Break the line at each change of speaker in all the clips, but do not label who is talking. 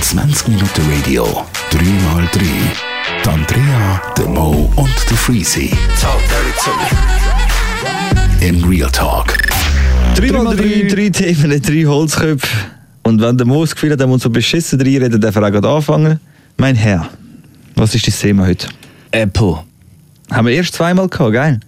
20 Minuten Radio, 3x3. Die Andrea, der Mo und der Freezy. Im Real Talk.
3x3, 3 Themen, 3 Holzköpfe. Und wenn der Mo das Gefühl hat, er muss so beschissen reinreden, darf er auch gerade anfangen. Mein Herr, was ist dein Thema heute?
Apple.
Haben wir erst zweimal gehabt, geil?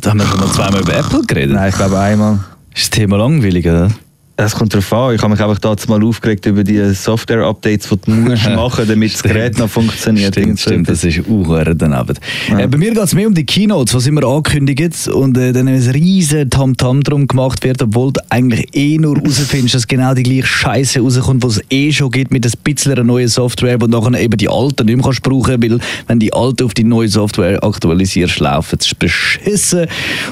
Da haben wir schon mal zweimal über Apple geredet.
Nein, ich glaube einmal.
Ist das Thema langweilig, oder?
Das kommt drauf an. Ich habe mich einfach dazu mal aufgeregt über die Software-Updates, die du musst machen, damit das Gerät noch funktioniert.
Stimmt,
Irgend so
stimmt,
etwas.
das ist unhören dann Abend. Äh, bei mir geht es mehr um die Keynotes, was immer angekündigt und äh, dann ein riesen Tamtam drum gemacht wird, obwohl du eigentlich eh nur herausfindest, dass genau die gleiche Scheiße rauskommt, die es eh schon gibt mit ein bisschen einer neuen Software, wo du nachher eben die alten nicht mehr kannst brauchen, weil wenn die alten auf die neue Software aktualisierst, laufen sie beschissen.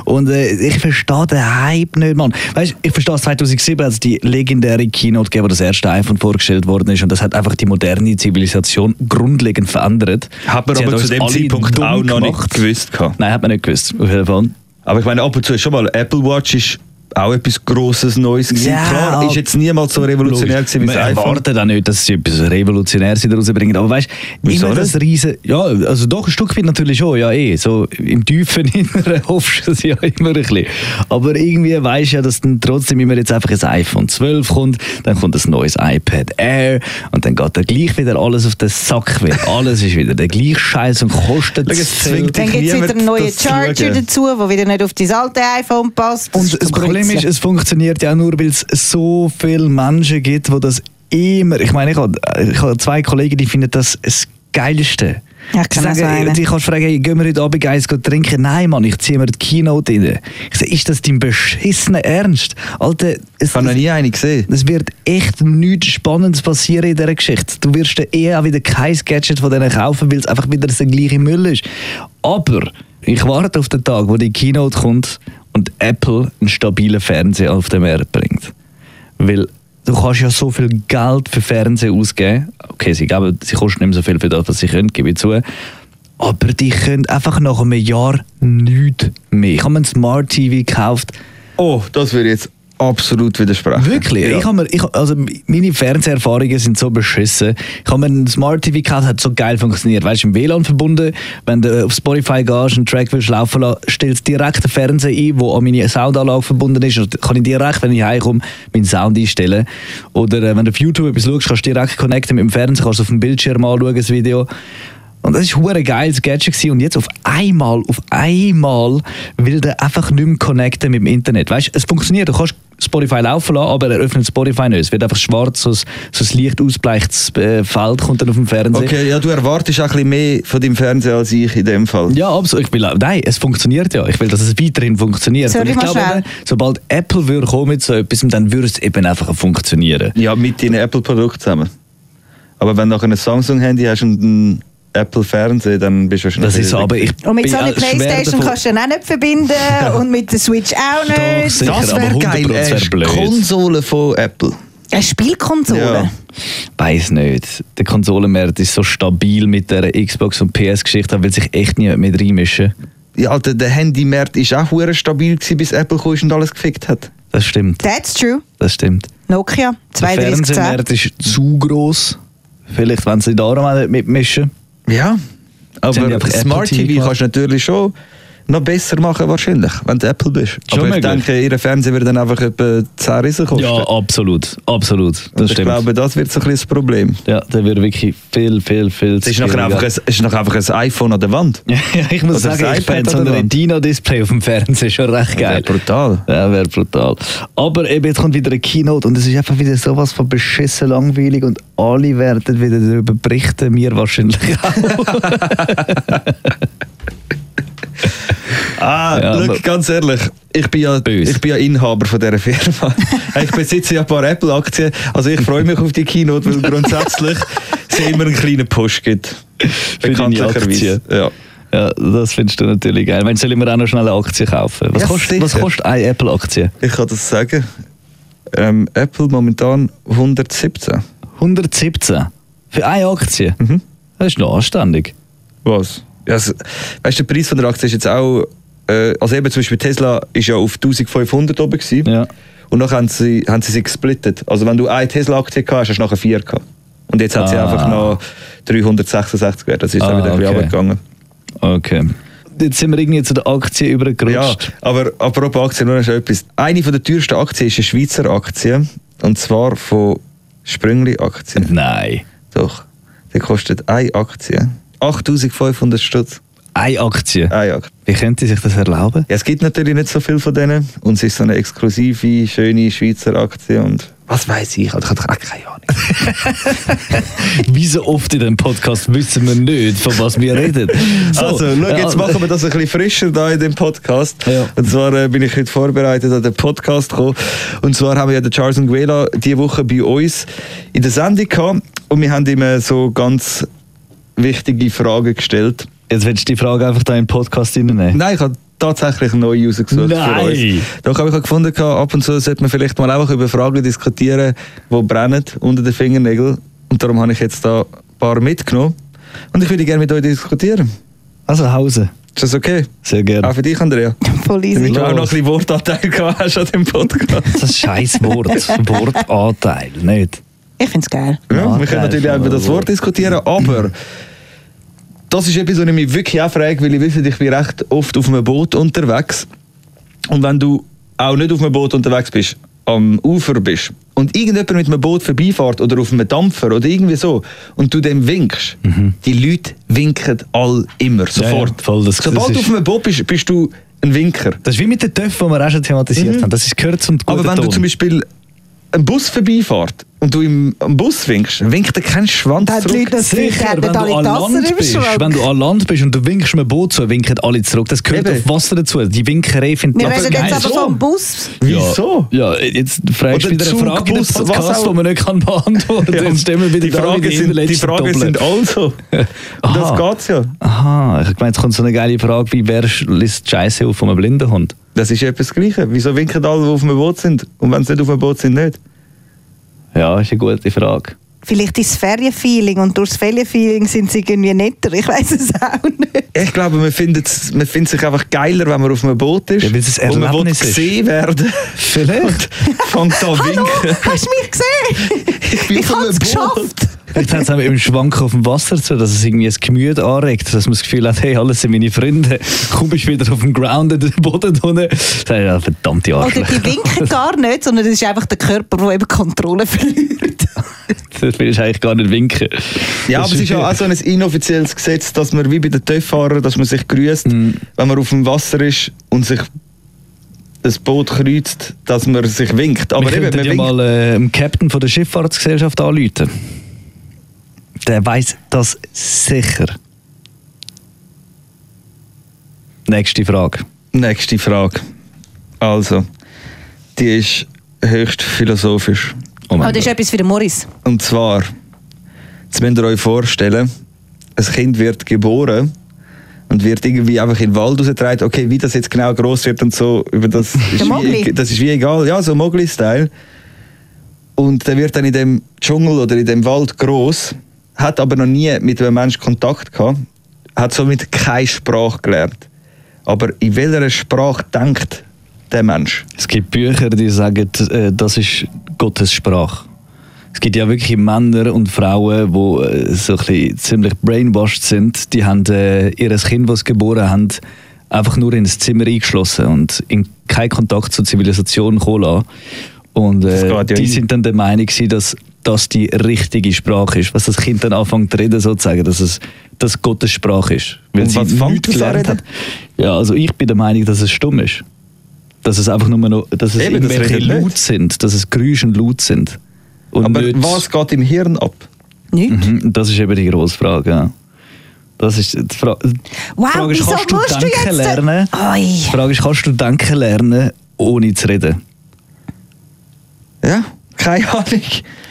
Und äh, ich verstehe den Hype nicht, Mann. Weißt, ich verstehe es 2007 als die legendäre Keynote gegeben, wo das erste iPhone vorgestellt worden ist und das hat einfach die moderne Zivilisation grundlegend verändert.
Hat man
Sie
aber
hat
zu
uns
dem
alle
Zeitpunkt
dumm
auch noch
gemacht.
nicht gewusst. Gehabt.
Nein, hat man nicht gewusst. Auf jeden Fall.
Aber ich meine, ab und zu schon mal, Apple Watch ist auch etwas Grosses, Neues gewesen.
Ja,
Klar, ist jetzt niemals so revolutionär gewesen wie
Man
das iPhone.
erwartet auch nicht, dass sie etwas Revolutionäres wieder rausbringen. Aber weißt du,
Wieso
immer das riesen... Ja, also doch, ein Stück weit natürlich schon, ja eh. So im Tiefen inneren hoffst du es ja immer ein bisschen. Aber irgendwie weisst du ja, dass dann trotzdem immer jetzt einfach ein iPhone 12 kommt, dann kommt ein neues iPad Air und dann geht da gleich wieder alles auf den Sack. Weil alles ist wieder der gleiche Scheiß und kostet
Schau, es
zu viel.
zwingt
Dann
dich
gibt es wieder
niemand,
einen neuen
das zu
Charger
schauen.
dazu, der wieder nicht auf dein alte iPhone passt.
Und das
zum
Problem ist,
Kotzen.
es funktioniert ja auch nur, weil es so viele Menschen gibt, die das immer. Ich meine, ich habe, ich habe zwei Kollegen, die finden das das Geilste.
Ja, ich kenne
Sie
so einen.
die kannst fragen, hey, gehen wir heute Abend eins go trinken? Nein, Mann, ich ziehe mir die Keynote rein. Ich sage, ist das dein beschissener Ernst? Alter, es,
Ich habe noch nie einen gesehen.
es wird echt nichts Spannendes passieren in dieser Geschichte. Du wirst dann eh auch wieder kein Gadget von denen kaufen, weil es einfach wieder der gleiche Müll ist. Aber ich warte auf den Tag, wo die Keynote kommt und Apple einen stabilen Fernseher auf den Markt bringt. Weil du kannst ja so viel Geld für Fernsehen ausgeben. Okay, sie, geben, sie kosten nicht mehr so viel für das, was sie können, gebe ich zu. Aber die können einfach nach einem Jahr nichts mehr. Ich habe mir einen Smart TV gekauft,
Oh, das würde ich jetzt absolut widersprechen.
Wirklich?
Ja.
Ich hab mir, ich, hab- also meine Fernseherfahrungen sind so beschissen. Ich habe mir einen Smart TV gekauft, hat so geil funktioniert. Weißt du, im WLAN verbunden, wenn du auf Spotify gehst, einen Track willst laufen lassen, stellst direkt den Fernseher ein, der an meine Soundanlage verbunden ist. Und dann kann ich direkt, wenn ich heimkomme, meinen Sound einstellen. Oder äh, wenn du auf YouTube etwas schaust, kannst du direkt connecten mit dem Fernseher, kannst du auf dem Bildschirm anschauen, das Video. Und das war ein geiles Gadget. Gewesen. Und jetzt auf einmal, auf einmal will der einfach nicht mehr connecten mit dem Internet. Weißt es funktioniert. Du kannst Spotify laufen lassen, aber er öffnet Spotify nicht. Es wird einfach schwarz, so ein, so ein leicht ausbleichtes äh, Feld kommt dann auf dem Fernseher.
Okay, ja, du erwartest auch ein bisschen mehr von deinem Fernseher als ich in dem Fall.
Ja, absolut. Ich will, auch- nein, es funktioniert ja. Ich will, dass es weiterhin funktioniert.
Soll
Und ich
ich mal
glaube,
schnell?
sobald Apple würde kommen mit so etwas, dann würde es eben einfach funktionieren.
Ja, mit deinen Apple-Produkten zusammen. Aber wenn du nachher ein Samsung-Handy hast und einen Apple-Fernseher, dann bist du wahrscheinlich...
Das ist so, aber ich
Und mit
bin
so einer
auch schwer
Playstation
davon-
kannst du ihn auch nicht verbinden und mit der Switch auch
Doch,
nicht.
sicher,
Das
aber
wäre
100%
geil,
wär äh,
erst
blöd.
Konsole von Apple.
Eine Spielkonsole.
Ja.
Weiß nicht. Der Konsolenmarkt ist so stabil mit der Xbox und PS-Geschichte, da will sich echt niemand mit reinmischen.
Ja, Alter, der Handymarkt war auch verdammt stabil, gewesen, bis Apple kam und alles gefickt hat.
Das stimmt,
That's true.
das stimmt.
Nokia
Der
3210.
Fernsehmarkt ist zu groß. Vielleicht wenn sie darum auch nicht mitmischen.
Ja,
Sie haben ja
aber
einfach
Smart
Apple TV
TV
gemacht.
kannst du natürlich schon noch besser machen wahrscheinlich, wenn du Apple bist.
Schon
aber ich
möglich.
denke, ihr Fernseher wird dann einfach etwa 10 Riesen kosten.
Ja, absolut, absolut. Das
Und ich
stimmt.
glaube, oh, das wird so ein bisschen das Problem.
ja, der wird wirklich viel, viel, viel
Es ist nachher einfach ein, es ist nachher einfach ein iPhone an der Wand.
ja, ich muss
Oder das
sagen, ich
iPad
fände so ein
an der Wand.
Retina-Display auf dem Fernseher schon recht
Wär
geil.
brutal.
Ja, wäre brutal. Aber eben, jetzt kommt wieder eine Keynote und es ist einfach wieder sowas von beschissen langweilig und alle werden wieder darüber berichten, wir wahrscheinlich auch.
Ah,
Ja, aber-
look, ganz ehrlich, ich bin, ja,
Bös.
ich bin ja Inhaber von dieser Firma. ich besitze ja ein paar Apple-Aktien, also ich freue mich auf die Keynote, weil grundsätzlich es immer einen kleinen Push gibt.
deine
Bekanntlicherweise.
Aktien.
Ja.
ja, das findest du natürlich geil. Wenn sollen wir auch noch schnell eine Aktie kaufen? Was,
Ja,
kostet, was
sicher.
kostet eine Apple-Aktie?
Ich kann das sagen. Ähm, Apple momentan 117.
117. Für eine Aktie?
Mhm.
Das ist noch anständig.
Was? Ja, Also, weißt du, der Preis von der Aktie ist jetzt auch äh, also eben zum Beispiel Tesla ist ja auf 1500 oben gewesen.
Ja.
Und dann haben sie, haben sie sie gesplittet. Also wenn du eine Tesla-Aktie gehabt hast, hast du nachher vier gehabt. Und jetzt hat sie
Ah.
einfach noch 366 wert. Das ist
Ah,
dann wieder ein bisschen
okay.
runtergegangen.
Okay. Jetzt sind wir irgendwie zu der Aktie übergerutscht.
Ja, aber apropos Aktien, nur noch etwas. Eine von der teuersten Aktien ist eine Schweizer Aktie. Und zwar von Sprüngli Aktien.
Nein.
Doch. Die kostet eine Aktie. 8500 Stutz.
Eine Aktie.
Eine Aktie.
Wie könnte sich das erlauben?
Ja, es gibt natürlich nicht so viel von denen. Und es ist so eine exklusive, schöne Schweizer Aktie. Und was weiß ich? Alter, Ich habe auch keine Ahnung.
Wie so oft in dem Podcast wissen wir nicht, von was wir reden. So,
also, schau, jetzt
ja,
machen wir das ein bisschen frischer da in dem Podcast.
Ja.
Und zwar äh, bin ich heute vorbereitet an den Podcast gekommen. Und zwar haben wir ja den Charles Nguela diese Woche bei uns in der Sendung gehabt. Und wir haben ihm äh, so ganz wichtige Fragen gestellt.
Jetzt willst du die Frage einfach da in den Podcast reinnehmen.
Nein, ich habe tatsächlich neue rausgesucht
Nein.
für uns. Doch habe ich auch gefunden, gehabt, ab und zu sollte man vielleicht mal einfach über Fragen diskutieren, die brennen unter den Fingernägeln. Und darum habe ich jetzt da ein paar mitgenommen. Und ich würde gerne mit euch diskutieren.
Also, Hause.
Ist das okay?
Sehr gerne.
Auch für dich, Andrea.
Voll
Damit
easy.
du auch
Los.
noch ein bisschen Wortanteil gehabt hast an dem Podcast.
Das ist ein scheiß Wort. Wortanteil, nicht?
Ich finde es geil.
Ja, wir
Nachteil
können natürlich auch über
von
das Wort
Wort.
diskutieren, aber das ist etwas, was ich mich wirklich auch frage, weil ich wisse, ich bin recht oft auf einem Boot unterwegs. Und wenn du auch nicht auf einem Boot unterwegs bist, am Ufer bist und irgendjemand mit einem Boot vorbeifährt oder auf einem Dampfer oder irgendwie so und du dem winkst, die Leute winken all immer, sofort.
Mhm. ja, voll, das- das
Sobald du
ist-
auf einem Boot bist, bist du ein Winker.
Das ist wie mit den Töpfen, die wir auch schon thematisiert haben. Das ist gehört zum guten
Mhm. Aber wenn du
Ton.
zum Beispiel einen Bus vorbeifährst und du im, am Bus winkst, winkt dir kein Schwanz
Da hat die
zurück.
Leute das Gefühl, die
Sicher,
hätten
wenn du
alle
an
Tassen
Land
im
bist,
Schrank.
wenn du an Land bist und du winkst einem Boot zu, winken alle zurück. Das gehört
Eben.
auf Wasser dazu. Die Winkerei findet
Wir
das
reden
geil.
jetzt aber
so.
vom Bus.
Wieso?
Ja, jetzt fragst du
Oder
wieder eine
Zug,
Frage in den
Bus, was
Podcast,
auch-
die man nicht kann beantworten kann.
Ja,
Jetzt stehen wir wieder
die
da
Fragen
in
sind, die
letzten
Fragen
Doppel.
sind also. das
Aha.
geht's ja.
Aha, ich meine, jetzt kommt so eine geile Frage wie, wer liest Scheiße auf von einem Blindenhund?
Das ist ja etwas Gleiches. Wieso winken alle, die auf einem Boot sind? Und wenn sie nicht auf einem Boot sind, nicht?
Ja, ist eine gute Frage.
Vielleicht ist es Ferienfeeling und durchs Ferienfeeling sind sie irgendwie netter. Ich weiß es auch nicht.
Ich glaube, man findet, man findet sich einfach geiler, wenn man auf einem Boot ist.
Ja, weil es ein
und man will
Erlebnis ist.
gesehen werden.
Vielleicht.
Fangt an
Hallo,
winken.
hast du mich gesehen? Ich,
bin auf
habe es
einem Boot.
geschafft.
Vielleicht hat es auch mit dem Schwanken auf dem Wasser zu, dass es irgendwie das Gemüt anregt, dass man das Gefühl hat, hey, alles sind meine Freunde. Komm ich wieder auf den Ground, in den Boden unten. Das ist ja verdammte
Oder
Arschlöcher.
die winken gar nicht, sondern es ist einfach der Körper, der eben Kontrolle verliert.
Oh
Das will ich eigentlich gar nicht winken.
Ja,
Das
aber es ist ja also auch so ein inoffizielles Gesetz, dass man wie bei den TÜV-Fahrern, dass man sich grüßt,
Mm.
wenn man auf dem Wasser ist und sich das Boot kreuzt, dass man sich winkt. Aber
wir
eben, man
könnten ja
winkt.
mal äh, dem Captain von der Schifffahrtsgesellschaft anrufen. Der weiß das sicher. Nächste Frage.
Nächste Frage. Also, die ist höchst philosophisch.
Oh
Aber
mein
das ist
Gott.
etwas für den Morris.
Und zwar, jetzt müsst ihr euch vorstellen, ein Kind wird geboren und wird irgendwie einfach in den Wald rausgetragen. Okay, wie das jetzt genau gross wird und so, über das ist, wie,
Mogli.
das ist wie egal. Ja, so Mogli-Style. Und der wird dann in dem Dschungel oder in dem Wald gross, hat aber noch nie mit einem Menschen Kontakt gehabt, hat somit keine Sprache gelernt. Aber in welcher Sprache denkt der Mensch?
Es gibt Bücher, die sagen, äh, das ist Gottes Sprache. Es gibt ja wirklich Männer und Frauen, die äh, so ein bisschen ziemlich brainwashed sind. Die haben äh, ihr Kind, das sie geboren haben, einfach nur in ein Zimmer eingeschlossen und in keinen Kontakt zur Zivilisation kommen lassen. Und
Das
äh,
geht ja
die
nicht.
sind dann der Meinung, gewesen, dass das die richtige Sprache ist. Was das Kind dann anfängt zu reden, sozusagen, dass es dass Gottes Sprache ist. Weil
Und
sie
was fängt
nichts
es an
gelernt
reden?
hat. Ja, also ich bin der Meinung, dass es stumm ist. Dass es einfach nur noch, dass es
Eben, das
irgendwelche
redet nicht.
Laut sind, dass es Geräusche und Laut sind. Und
aber
nicht,
was geht im Hirn ab?
Nicht?
Mhm, Das ist eben die grosse Frage. Ja. Das ist die, Fra
Wow,
die Frage ist,
wieso
kannst du
musst du
denken
jetzt-
lernen?
Ei.
Die Frage ist, kannst du denken lernen, ohne zu reden?
Ja, keine Ahnung.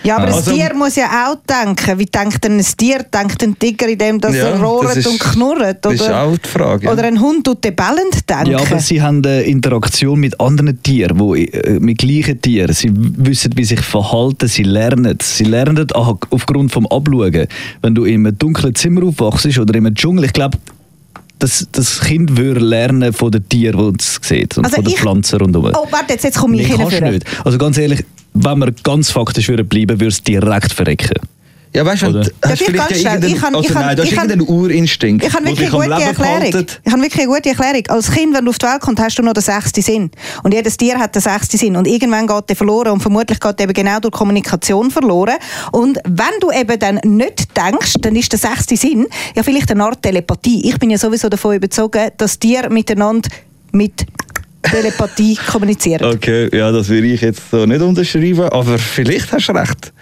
Ja, aber
Also-
ein Tier muss ja auch denken. Wie denkt denn ein Tier? Denkt ein Tiger, indem das
Ja,
er rohrt
das ist-
und knurrt?
das
Oder,
ist auch die Frage, ja.
Oder ein Hund tut den bellend denken.
Ja, aber sie haben eine Interaktion mit anderen Tieren, wo, äh, mit gleichen Tieren. Sie w- wissen, wie sich verhalten, sie lernen. Sie lernen auch aufgrund vom Abschauen. Wenn du in einem dunklen Zimmer aufwachst oder in einem Dschungel, ich glaube, das, das Kind würde lernen von den Tieren, die es sieht und
Also
von den
ich-
Pflanzen rundherum.
Oh, warte, jetzt, jetzt komme ich
Nein, kannst du
hinführen.
nicht. Also ganz ehrlich, wenn wir ganz faktisch würden bleiben, würde es direkt verrecken.
Ja, weißt du,
Oder?
hast
Darf ich
vielleicht
ganz
ja
schnell?
irgendeinen,
Ich kann-
also
ich kann-
nein, du hast
ich kann-
irgendeinen Urinstinkt,
Ich habe
der
wirklich,
dich
eine
am
gute
Leben
Erklärung.
behaltet.
Ich habe wirklich eine gute Erklärung. Als Kind, wenn du auf die Welt kommst, hast du noch den sechsten Sinn. Und jedes Tier hat den sechsten Sinn. Und irgendwann geht der verloren. Und vermutlich geht der eben genau durch Kommunikation verloren. Und wenn du eben dann nicht denkst, dann ist der sechste Sinn ja vielleicht eine Art Telepathie. Ich bin ja sowieso davon überzeugt, dass Tiere miteinander mit Telepathie kommunizieren.
Okay, ja, das würde ich jetzt so nicht unterschreiben, aber vielleicht hast du recht.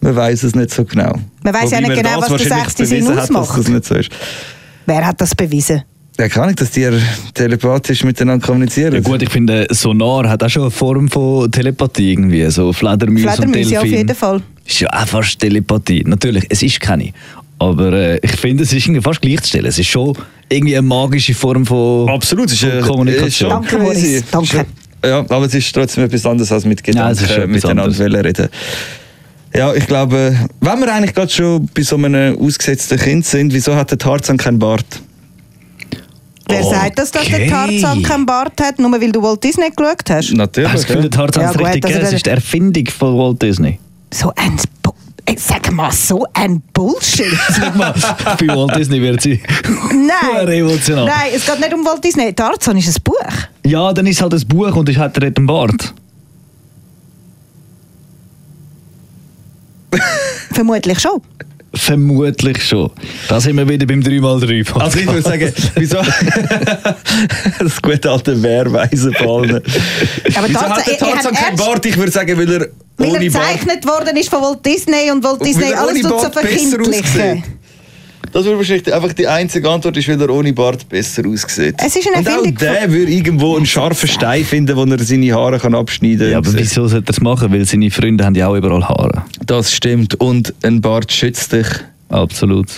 Man weiß es nicht so genau.
Man weiss ja
Wobei
nicht
man
genau,
das
was der
wahrscheinlich
sechste Sinn
bewiesen hat,
ausmacht.
Dass das nicht so ist.
Wer hat das bewiesen?
Ja, kann ich, dass die telepathisch miteinander kommunizieren?
Ja gut, ich finde, Sonar hat auch schon eine Form von Telepathie irgendwie, so Fledermäuse, und
Fledermäuse,
Delfin.
ja, auf jeden Fall.
Ist ja auch fast Telepathie. Natürlich, es ist keine. Aber äh, ich finde, es ist irgendwie fast gleichzustellen. Es ist schon irgendwie eine magische Form von,
Absolut, es ist
von
äh, ist schon
Kommunikation.
Danke,
crazy.
Boris, danke.
Ja, aber es ist trotzdem etwas anderes als mit
Ja,
Gedanken
es
äh,
ist etwas
miteinander
anderes.
wollen reden. Ja, ich glaube, wenn wir eigentlich gerade schon bei so einem ausgesetzten Kind sind, wieso hat der Tarzan keinen Bart?
Wer sagt das, dass der
Okay.
Tarzan keinen Bart hat, nur weil du Walt Disney geschaut hast?
Ich habe
Natürlich.
das Gefühl, der Tarzan
Ja,
ist
gut,
richtig
also
geil. Es
der-
ist die Erfindung von Walt Disney.
So ein... Bu- Äh, Sag mal, so ein Bullshit.
Sag mal, bei Walt Disney wird sie
Nein.
emotional.
Nein, es geht nicht um Walt Disney. Tarzan ist ein Buch.
Ja, dann ist halt ein Buch und ich hat er einen Bart.
Vermutlich schon.
Vermutlich schon. Da sind wir wieder beim 3x3. -Podcast.
Also ich würde sagen, wieso das gute alte Wehrweisen fallen.
Aber
wieso hat
Tarzan-
der
ich- ich
Tarzan
hab
keinen
ernst-
Bart? Ich würde sagen, weil er
Weil
ohne
er
Bart...
gezeichnet worden ist von Walt Disney und Walt
Und
Disney
weil er
alles
ohne
tut zu
Bart besser aussieht.
verkindlichen.
Das würde wahrscheinlich einfach die einzige Antwort ist, weil er ohne Bart besser aussieht.
Es ist eine
Und auch
Erfindung von-
der würde irgendwo einen scharfen Stein finden, wo er seine Haare kann abschneiden kann.
ja, aber wieso sollte er es machen? Weil seine Freunde haben ja auch überall Haare.
Das stimmt. Und ein Bart schützt dich.
Absolut.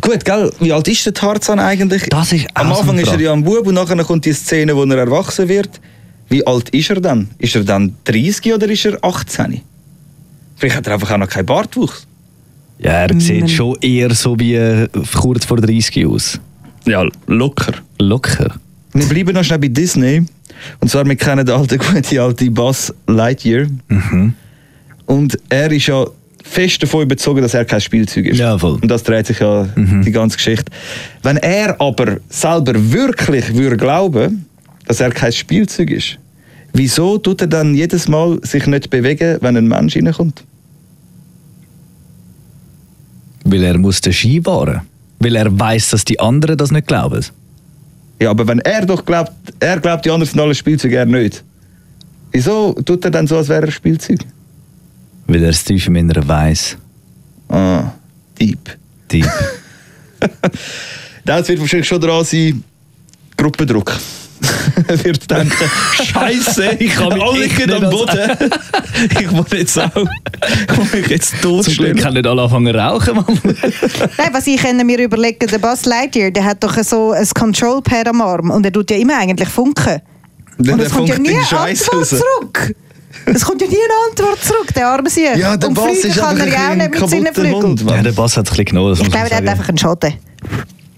Gut, gell? Wie alt ist der Tarzan eigentlich?
Das ist
Am
auch so
Anfang
eine
ist er
Frage.
ja ein Bub und nachher kommt die Szene, wo er erwachsen wird. Wie alt ist er dann? Ist er dann 30 oder ist er 18? Vielleicht hat er einfach auch noch keinen Bartwuchs.
Ja, er
Mhm.
sieht schon eher so wie äh, kurz vor 30 aus.
Ja, locker.
Locker.
Wir bleiben noch schnell bei Disney. Und zwar, wir kennen den alten, guten alten Buzz Lightyear.
Mhm.
Und er ist ja fest davon überzogen, dass er kein Spielzeug ist.
Ja, voll. Mhm.
Und das dreht sich ja die ganze Geschichte. Wenn er aber selber wirklich würde glauben, dass er kein Spielzeug ist, wieso tut er dann jedes Mal sich nicht bewegen, wenn ein Mensch reinkommt?
Weil er muss den Ski wahren. Weil er weiß, dass die anderen das nicht glauben.
Ja, aber wenn er doch glaubt, er glaubt, die anderen sind alle Spielzeug, er nicht. Wieso tut er dann so, als wäre er Spielzeug?
Weil er es tief im Inneren weiß.
Ah, deep.
Deep.
Das wird wahrscheinlich schon dran sein. Gruppendruck. Er wird denken, Scheiße, ich kann mich alle
echt
gehen
nicht
am
als-
Boden. ich muss jetzt auch. Ich muss mich jetzt
Zum Glück
totstellen.
kann nicht alle anfangen zu rauchen, Mann.
Nein, was ich kann mir überlegen, der Buzz Lightyear, der hat doch so ein Control-Pad am Arm und er tut ja immer eigentlich Funken.
Dann
und es kommt ja
funkt
nie
die
eine
Scheiße
Antwort
raus.
zurück. Es kommt ja nie eine Antwort zurück, der arme Sieg.
Ja, der
und
Bass
fliegen
ist
kann er
einfach
ja auch
ein
nicht mit seinen
kaputter
Flügeln.
Hund, Mann.
Ja, der Bass hat es ein bisschen genommen. das
Ich
muss man
glaube, der hat
sagen.
einfach einen Schaden.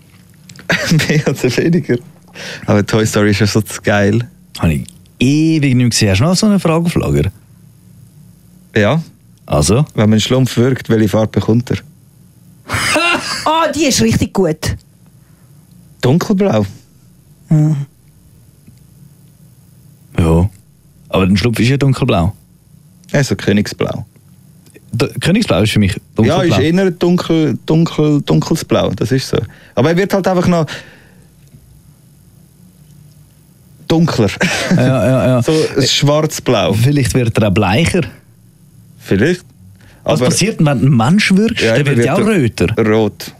Mehr oder weniger. Aber Toy Story ist ja so zu geil.
Habe ich ewig nicht gesehen. Hast du noch so einen Frageflager?
Ja,
Also?
wenn man Schlumpf wirkt, welche Farbe bekommt er?
Ah, die ist richtig gut.
Dunkelblau.
Ja. Aber der Schlupf ist ja dunkelblau.
Also Königsblau.
D Königsblau ist für mich
Ja,
dunkelblau.
ist eh- eher dunkel, dunkel, dunkles Blau, das ist so. Aber er wird halt einfach noch dunkler.
ja, ja, ja.
so ein schwarz-blau.
Vielleicht wird er auch bleicher.
Vielleicht.
Was passiert, denn, wenn du einen Mensch wirkst?
Ja,
dann
eben
wird er auch
wird
röter.
er Rot,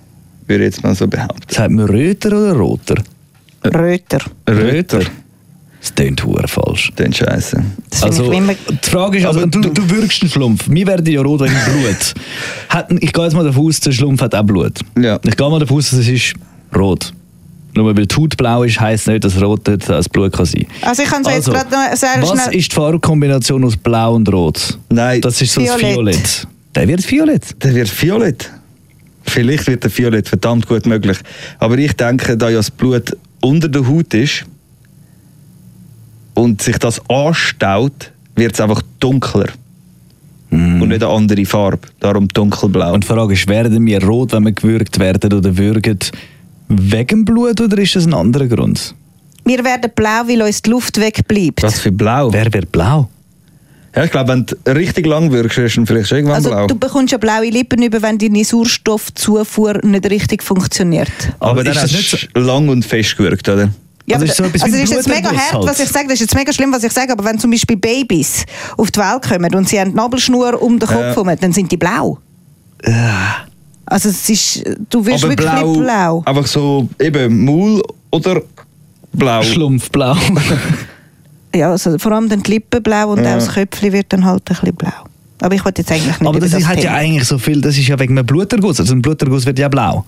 würde ich jetzt mal so behaupten.
Sagt man röter oder roter?
Röter.
Röter.
Das klingt hure falsch.
Den Scheiße.
Das finde
Also,
ich immer.
die Frage ist, also, du, du wirkst einen Schlumpf. Wir werden ja rot wegen Blut. Hat, ich gehe jetzt mal davon aus, der Schlumpf hat auch Blut.
Ja.
Ich gehe mal davon aus, es ist rot. Nur weil die Haut blau ist, heisst nicht, dass rot nicht als Blut kann sein
Also ich kann es jetzt gerade noch sehr
Was
schnell...
ist die Farbkombination aus blau und rot?
Nein,
Das ist so
Violett.
das Violett. Der wird violett.
der wird violett. Vielleicht wird der Violett verdammt gut möglich. Aber ich denke, da ja das Blut unter der Haut ist und sich das anstaut, wird es einfach dunkler. Und nicht eine andere Farbe. Darum dunkelblau.
Und die Frage ist, werden wir rot, wenn wir gewürgt werden oder würgen, wegen Blut oder ist das ein anderer Grund?
Wir werden blau, weil uns die Luft wegbleibt.
was für
Oh.
blau?
Wer wird blau?
Ja, ich glaube, wenn du richtig lang wirkst, wirst du vielleicht schon irgendwann
also
blau.
du bekommst ja blaue Lippen über, wenn deine Sauerstoffzufuhr nicht richtig funktioniert.
Aber
Aber
dann
ist
hast
das
du
nicht
nicht lang und fest gewirkt, oder?
Also
Ja, aber-
ist so etwas
also
wie
das ist jetzt mega
Bluterguss
hart,
halt.
was ich sage. Das ist jetzt mega schlimm, was ich sage. Aber wenn zum Beispiel Babys auf die Welt kommen und sie haben die Nabelschnur um den
Ja.
Kopf herum, dann sind die blau. Also es ist, du wirst
Aber
wirklich
blau,
nicht blau.
Einfach so eben Maul oder blau.
Schlumpfblau.
Ja, also vor allem dann die Lippen blau und
Ja.
auch das Köpfchen wird dann halt ein bisschen blau. Aber ich wollte jetzt eigentlich nicht
Aber
über
das,
das
hat ja
Thema.
eigentlich so viel, das ist ja wegen einem Bluterguss. Also ein Bluterguss wird ja blau.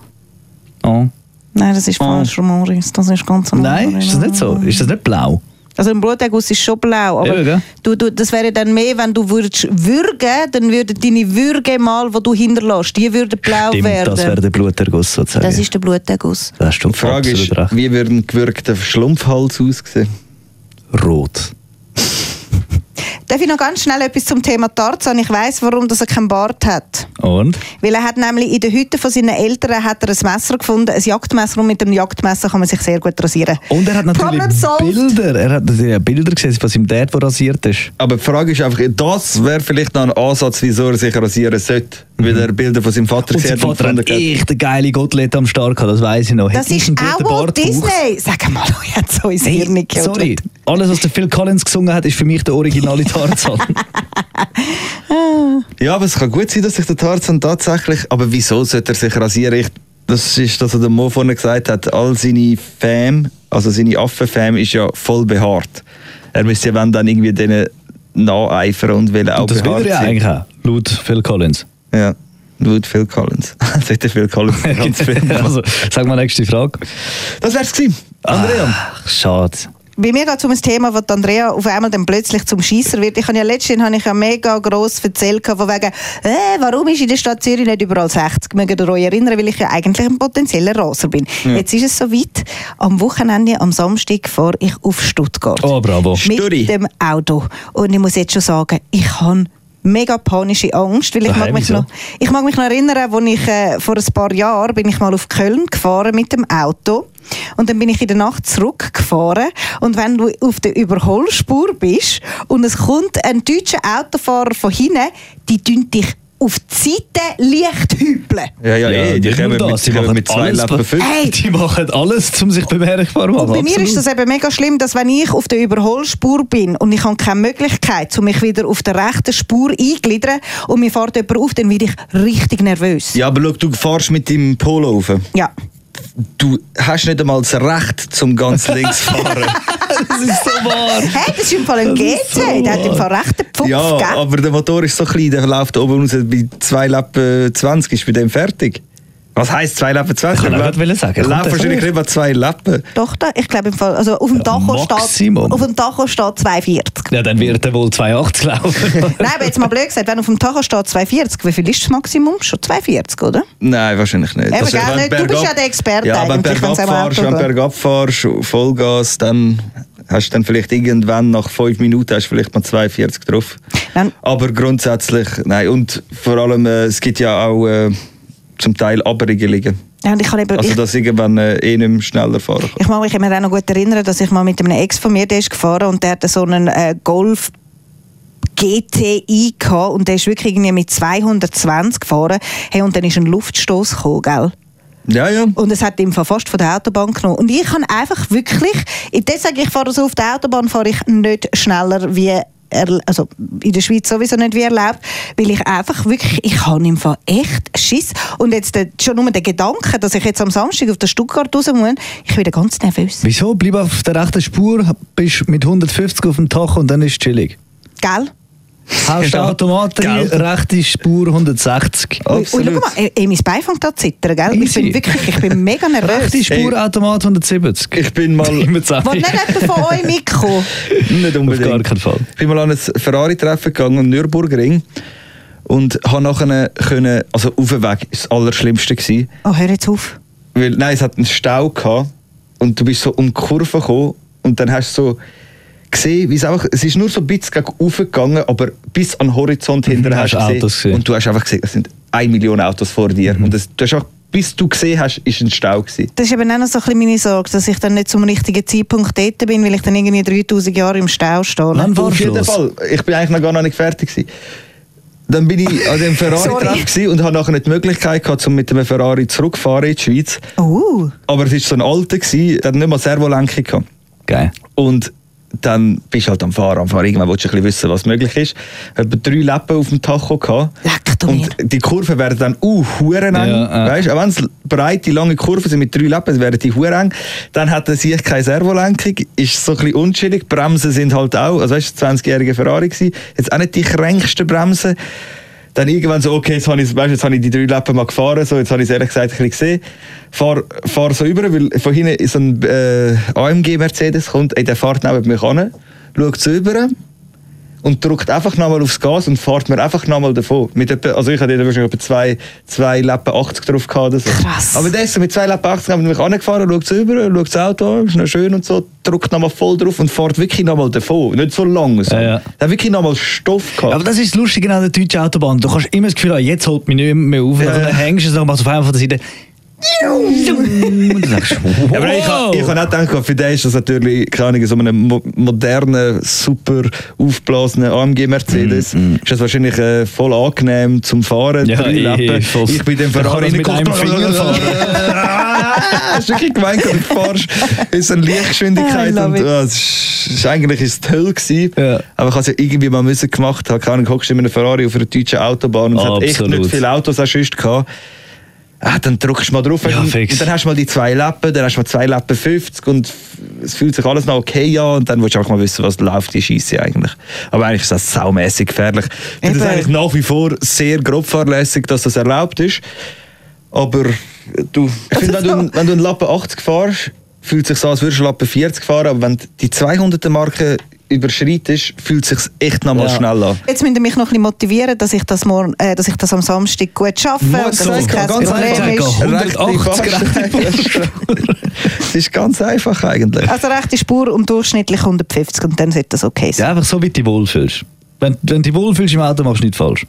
Oh.
Nein, das ist
Oh.
falsch, Maurice. Das ist ganz normal.
Nein, ist das nicht so? Ist das nicht blau?
Also ein Bluterguss ist schon blau, aber
Eben, gell?
du, du, das wäre dann mehr, wenn du würdest würgen, dann würden deine Würge mal, die du hinterlässt, die würden blau
Stimmt,
werden.
das wäre der Bluterguss sozusagen.
das ist der Bluterguss.
das ist
Die Frage ist, wie würde ein gewirkter Schlumpfhals aussehen?
Rot.
Darf ich noch ganz schnell etwas zum Thema Tarzan? Ich weiß, warum dass er keinen Bart hat.
Und?
Weil er hat nämlich in der Hütte von seinen Eltern hat er ein Messer gefunden, ein Jagdmesser und mit dem Jagdmesser kann man sich sehr gut rasieren.
Und er hat natürlich
Problem solved.
Bilder. Er hat natürlich auch Bilder gesehen von seinem Dad, der rasiert ist.
Aber die Frage ist einfach, das wäre vielleicht noch ein Ansatz, wieso er sich rasieren sollte. Weil er Bilder von seinem Vater
Mhm. Und sein
gesehen
Vater hat
gefunden
echt eine geile Gottlet am Start gehabt, das weiß ich noch.
Das
Hätte ich
ist
einen guten
auch Walt
Bartwuchs-
Disney. Sag mal, er hat so ins Hirn
Hey,
geholt.
sorry, alles was der Phil Collins gesungen hat, ist für mich der originale Tarzan.
Ja, aber es kann gut sein, dass sich der Tarzan tatsächlich... Aber wieso sollte er sich rasieren? Ich, das ist das, was der Mo vorhin gesagt hat. All seine Fam, also seine Affenfam, ist ja voll behaart. Er müsste ja wenn dann irgendwie denen nacheifern und will auch
Und das will
behaart
er ja
sein.
eigentlich auch, laut Phil Collins.
Ja, laut Phil Collins. das hätte Phil Collins ganz viel.
also, sag mal nächste Frage.
Das wär's gewesen.
Ah.
Andrea.
Ach, schade.
Bei mir geht es um ein Thema, das Andrea auf einmal dann plötzlich zum Schiesser wird. Ich habe ja letztens habe ich ja mega gross erzählt, von wegen, äh, warum ist in der Stadt Zürich nicht überall 60? Mögt ihr euch erinnern, weil ich ja eigentlich ein potenzieller Raser bin. Jetzt ist es soweit. Am Wochenende, am Samstag, fahre ich auf Stuttgart.
Oh, bravo.
Mit
Sturi.
dem Auto. Und ich muss jetzt schon sagen, ich habe mega panische Angst, weil ich
Daheim,
mag mich
wieso?
noch ich mag mich noch erinnern, als ich äh, vor ein paar Jahren bin ich mal auf Köln gefahren mit dem Auto und dann bin ich in der Nacht zurückgefahren und wenn du auf der Überholspur bist und es kommt ein deutscher Autofahrer von hinten, die tun dich auf die Seite leicht hüpeln.
Ja, ja, eh, die
nicht
kommen
nur
mit,
das,
die kommen
machen
mit zwei
alles-
Lappen fünf.
Ey!
Die machen alles, um sich bemerkbar zu machen.
Und bei mir ist
absolut.
das eben mega schlimm, dass wenn ich auf der Überholspur bin und ich habe keine Möglichkeit, um mich wieder auf der rechten Spur eingliedern und mir fährt jemand auf, dann werde ich richtig nervös.
Ja, aber schau, du fährst mit deinem Polo rauf.
Ja.
Du hast nicht einmal das Recht, zum ganz links zu fahren.
das ist so wahr.
Hey, das ist im Fall ein
Das ist
GT,
so
der hat im Fall recht einen Pfupf,
ja,
gell?
aber der Motor ist so klein, der läuft oben raus bei zwei Lappen 20, ist bei dem fertig. Was heisst zwei Lappen 20?
Ich kann auch gerade wollen sagen,
Er
kommt
läuft
der
wahrscheinlich
vor?
nicht mal zwei Lappen.
Doch, da, ich glaube im Fall, also auf dem Tacho steht,
Maximum.
auf dem Tacho steht 240.
Ja, dann wird er wohl 2,80 laufen.
Nein, aber jetzt mal blöd gesagt, wenn auf dem Tacho steht 240, wie viel ist das Maximum? Schon 240, oder?
Nein, wahrscheinlich nicht.
Eben,
Also,
gell,
wenn
nicht? Du
bergab-
bist ja der Experte
Ja, wenn
eigentlich,
bergab
wenn's am
fahrst,
Auto
wenn
geht.
bergab fahrst, Vollgas, dann hast du dann vielleicht irgendwann nach fünf Minuten hast du vielleicht mal 42 drauf.
Nein.
Aber grundsätzlich, nein. Und vor allem, äh, es gibt ja auch äh, zum Teil Abriegelungen.
Ja, und ich kann eben,
Also,
ich,
dass irgendwann äh, eh nicht mehr schneller fahren kann.
ich mag mich immer auch noch gut erinnern, dass ich mal mit einem Ex von mir, der ist gefahren und der hatte so einen äh, Golf GTI gehabt und der ist wirklich irgendwie mit 220 gefahren. Hey, und dann ist ein Luftstoß gekommen, gell?
Ja, ja.
Und es hat ihm fast von der Autobahn genommen. Und ich kann einfach wirklich, das sage ich, fahre so auf der Autobahn fahre ich nicht schneller wie er, also in der Schweiz sowieso nicht wie erlaubt, weil ich einfach wirklich, ich habe im Fall echt Schiss. Und jetzt der, schon nur der Gedanke, dass ich jetzt am Samstag auf der Stuttgart raus muss, ich werde ganz nervös.
Wieso? Bleib auf der rechten Spur, bist mit 150 auf dem Tacho und dann ist es chillig.
Gell?
Haust
Ja. Oh.
Automaten rein,
Gell.
rechte Spur 160.
Ui, ui, schau
Absolut.
mal, ey, ey, mein Bein fängt an zu zittern, gell? Ich
Easy.
bin wirklich, ich bin mega nervös.
Rechte Spur, Automat 170.
Ich bin mal-
Immer zwei.
Will nicht jemand von euch mitkommen?
Nicht unbedingt.
Auf gar keinen Fall.
Ich bin mal an ein Ferrari-Treffen gegangen, am Nürburgring. und habe nachher können, also auf dem Weg ist das Allerschlimmste gewesen,
Oh, hör jetzt auf.
weil nein, es hat einen Stau gehabt und du bist so um die Kurve gekommen und dann hast du so gesehen, wie es einfach, es ist nur so ein bisschen gegen oben gegangen, aber bis an den Horizont hinterher
Mhm,
hast
hast
du gesehen,
Autos gesehen. Mhm.
und du hast einfach gesehen, es sind eine Million Autos vor dir und das, du hast einfach, bis du gesehen hast, ist ein Stau gewesen.
Das ist eben auch noch so ein bisschen meine Sorge, dass ich dann nicht zum richtigen Zeitpunkt dort bin, weil ich dann irgendwie 3000 Jahre im Stau stehe.
Wann warst
Auf
du
jeden
los?
Fall, ich bin eigentlich noch gar noch nicht fertig gewesen. Dann bin ich an dem
Sorry.
Ferrari drauf und habe nachher nicht die Möglichkeit gehabt, um mit dem Ferrari zurückzufahren in die Schweiz.
Oh,
Aber es war so ein alter, gewesen, der hat nicht mal Servolenkung gehabt.
Geil.
Und dann bist du halt am Fahren, am Fahren. Irgendwann willst du ein bisschen wissen, was möglich ist. Etwa drei Lappen auf dem Tacho gehabt.
Leck du
Und die Kurven werden dann uh, huren eng.
Ja, äh.
Weißt, auch wenn es breite, lange Kurven sind mit drei Lappen, werden die huren eng. Dann hat er sich keine Servolenkung, ist so ein bisschen unschillig. Bremsen sind halt auch, also weißt du, 20-jährige Ferrari gewesen. Jetzt auch nicht die kränksten Bremsen. Dann irgendwann so, okay, jetzt habe ich, weißt, jetzt habe ich die drei Lappen mal gefahren, so, jetzt habe ich es ehrlich gesagt ein bisschen gesehen. Fahr, fahr so über, weil von hinten ist so ein äh, AMG-Mercedes, kommt, ey, der fährt neben mich an, schaut so über und drückt einfach nochmal aufs Gas und fährt mir einfach nochmal davon. Mit etwa, also ich hatte dort wahrscheinlich etwa zwei, zwei Lappen 80 drauf gehabt oder so.
Krass.
Aber das, mit zwei Lappen 80 haben wir mich angefahren, schaut es rüber, schaut das Auto an, ist noch schön und so, drückt nochmal voll drauf und fährt wirklich nochmal davon. Nicht so lang. So.
Ja, ja.
Der hat wirklich nochmal Stoff gehabt.
Aber das ist das Lustige an der deutschen Autobahn. Du hast immer das Gefühl, ah, jetzt holt mich nicht mehr auf. Und
Ja.
dann hängst du es nochmal auf einmal von der Seite. Und dann denkst du, wow.
Ja, aber ich habe ich hab auch gedacht, für den ist das natürlich, keine Ahnung, so einen mo modernen, super aufblasenen AMG Mercedes, ist das wahrscheinlich äh, voll angenehm zum Fahren,
Mm, Ja,
drei
eh,
Lappen.
voll.
Ich bin dem
Da kann
Ferrari
das mit einem
reingekommen.
Finger fahren.
Ah, Hast du wirklich gemeint, wenn du fährst, ist es eine
I
Lichtgeschwindigkeit
love
und
it.
ah, es ist, es ist eigentlich ist es die Hölle gewesen.
Ja.
Aber ich habe es ja irgendwie mal müssen gemacht haben. Keine Ahnung, hockst du in einem Ferrari auf einer deutschen Autobahn und es hat echt
Absolut.
nicht viele Autos auch sonst gehabt. Ah, dann drückst du mal drauf
Ja,
und,
fix.
und dann hast du mal die zwei Lappen, dann hast du mal zwei Lappen 50 und f- es fühlt sich alles noch okay an und dann willst du einfach mal wissen, was läuft die Scheiße eigentlich. Aber eigentlich ist das saumässig gefährlich. Ich finde das
Eben.
eigentlich nach wie vor sehr grob fahrlässig, dass das erlaubt ist. Aber äh, du, ich
Also
finde, wenn, du, wenn du einen Lappen 80 fahrst, fühlt sich so, als würdest du einen Lappen 40 fahren, aber wenn du die 200er Marke überschreitest, fühlt sich echt nochmal
Ja.
schnell an.
Jetzt müsst ihr mich noch ein bisschen motivieren, dass ich das, morgen, äh, dass ich das am Samstag gut schaffe
Mal
und dass
so,
es kein
ganz
Problem
einfach.
ist.
180
Rechte Es ist ganz einfach eigentlich.
Also rechte Spur und durchschnittlich 150 und dann sollte das okay sein.
Ja, einfach so, wie du dich wohlfühlst. Wenn, wenn du dich wohlfühlst im Auto, machst du nichts falsch.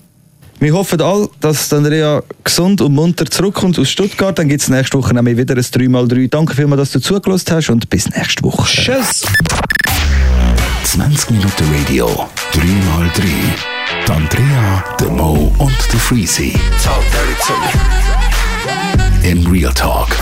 Wir hoffen alle, dass Andrea gesund und munter zurückkommt aus Stuttgart. Dann gibt es nächste Woche nämlich wieder ein 3x3. Danke vielmals, dass du zugelassen hast und bis nächste Woche.
Tschüss.
20 Minuten Radio, 3x3. Die Andrea, der Mo und der Freezy. In Real Talk.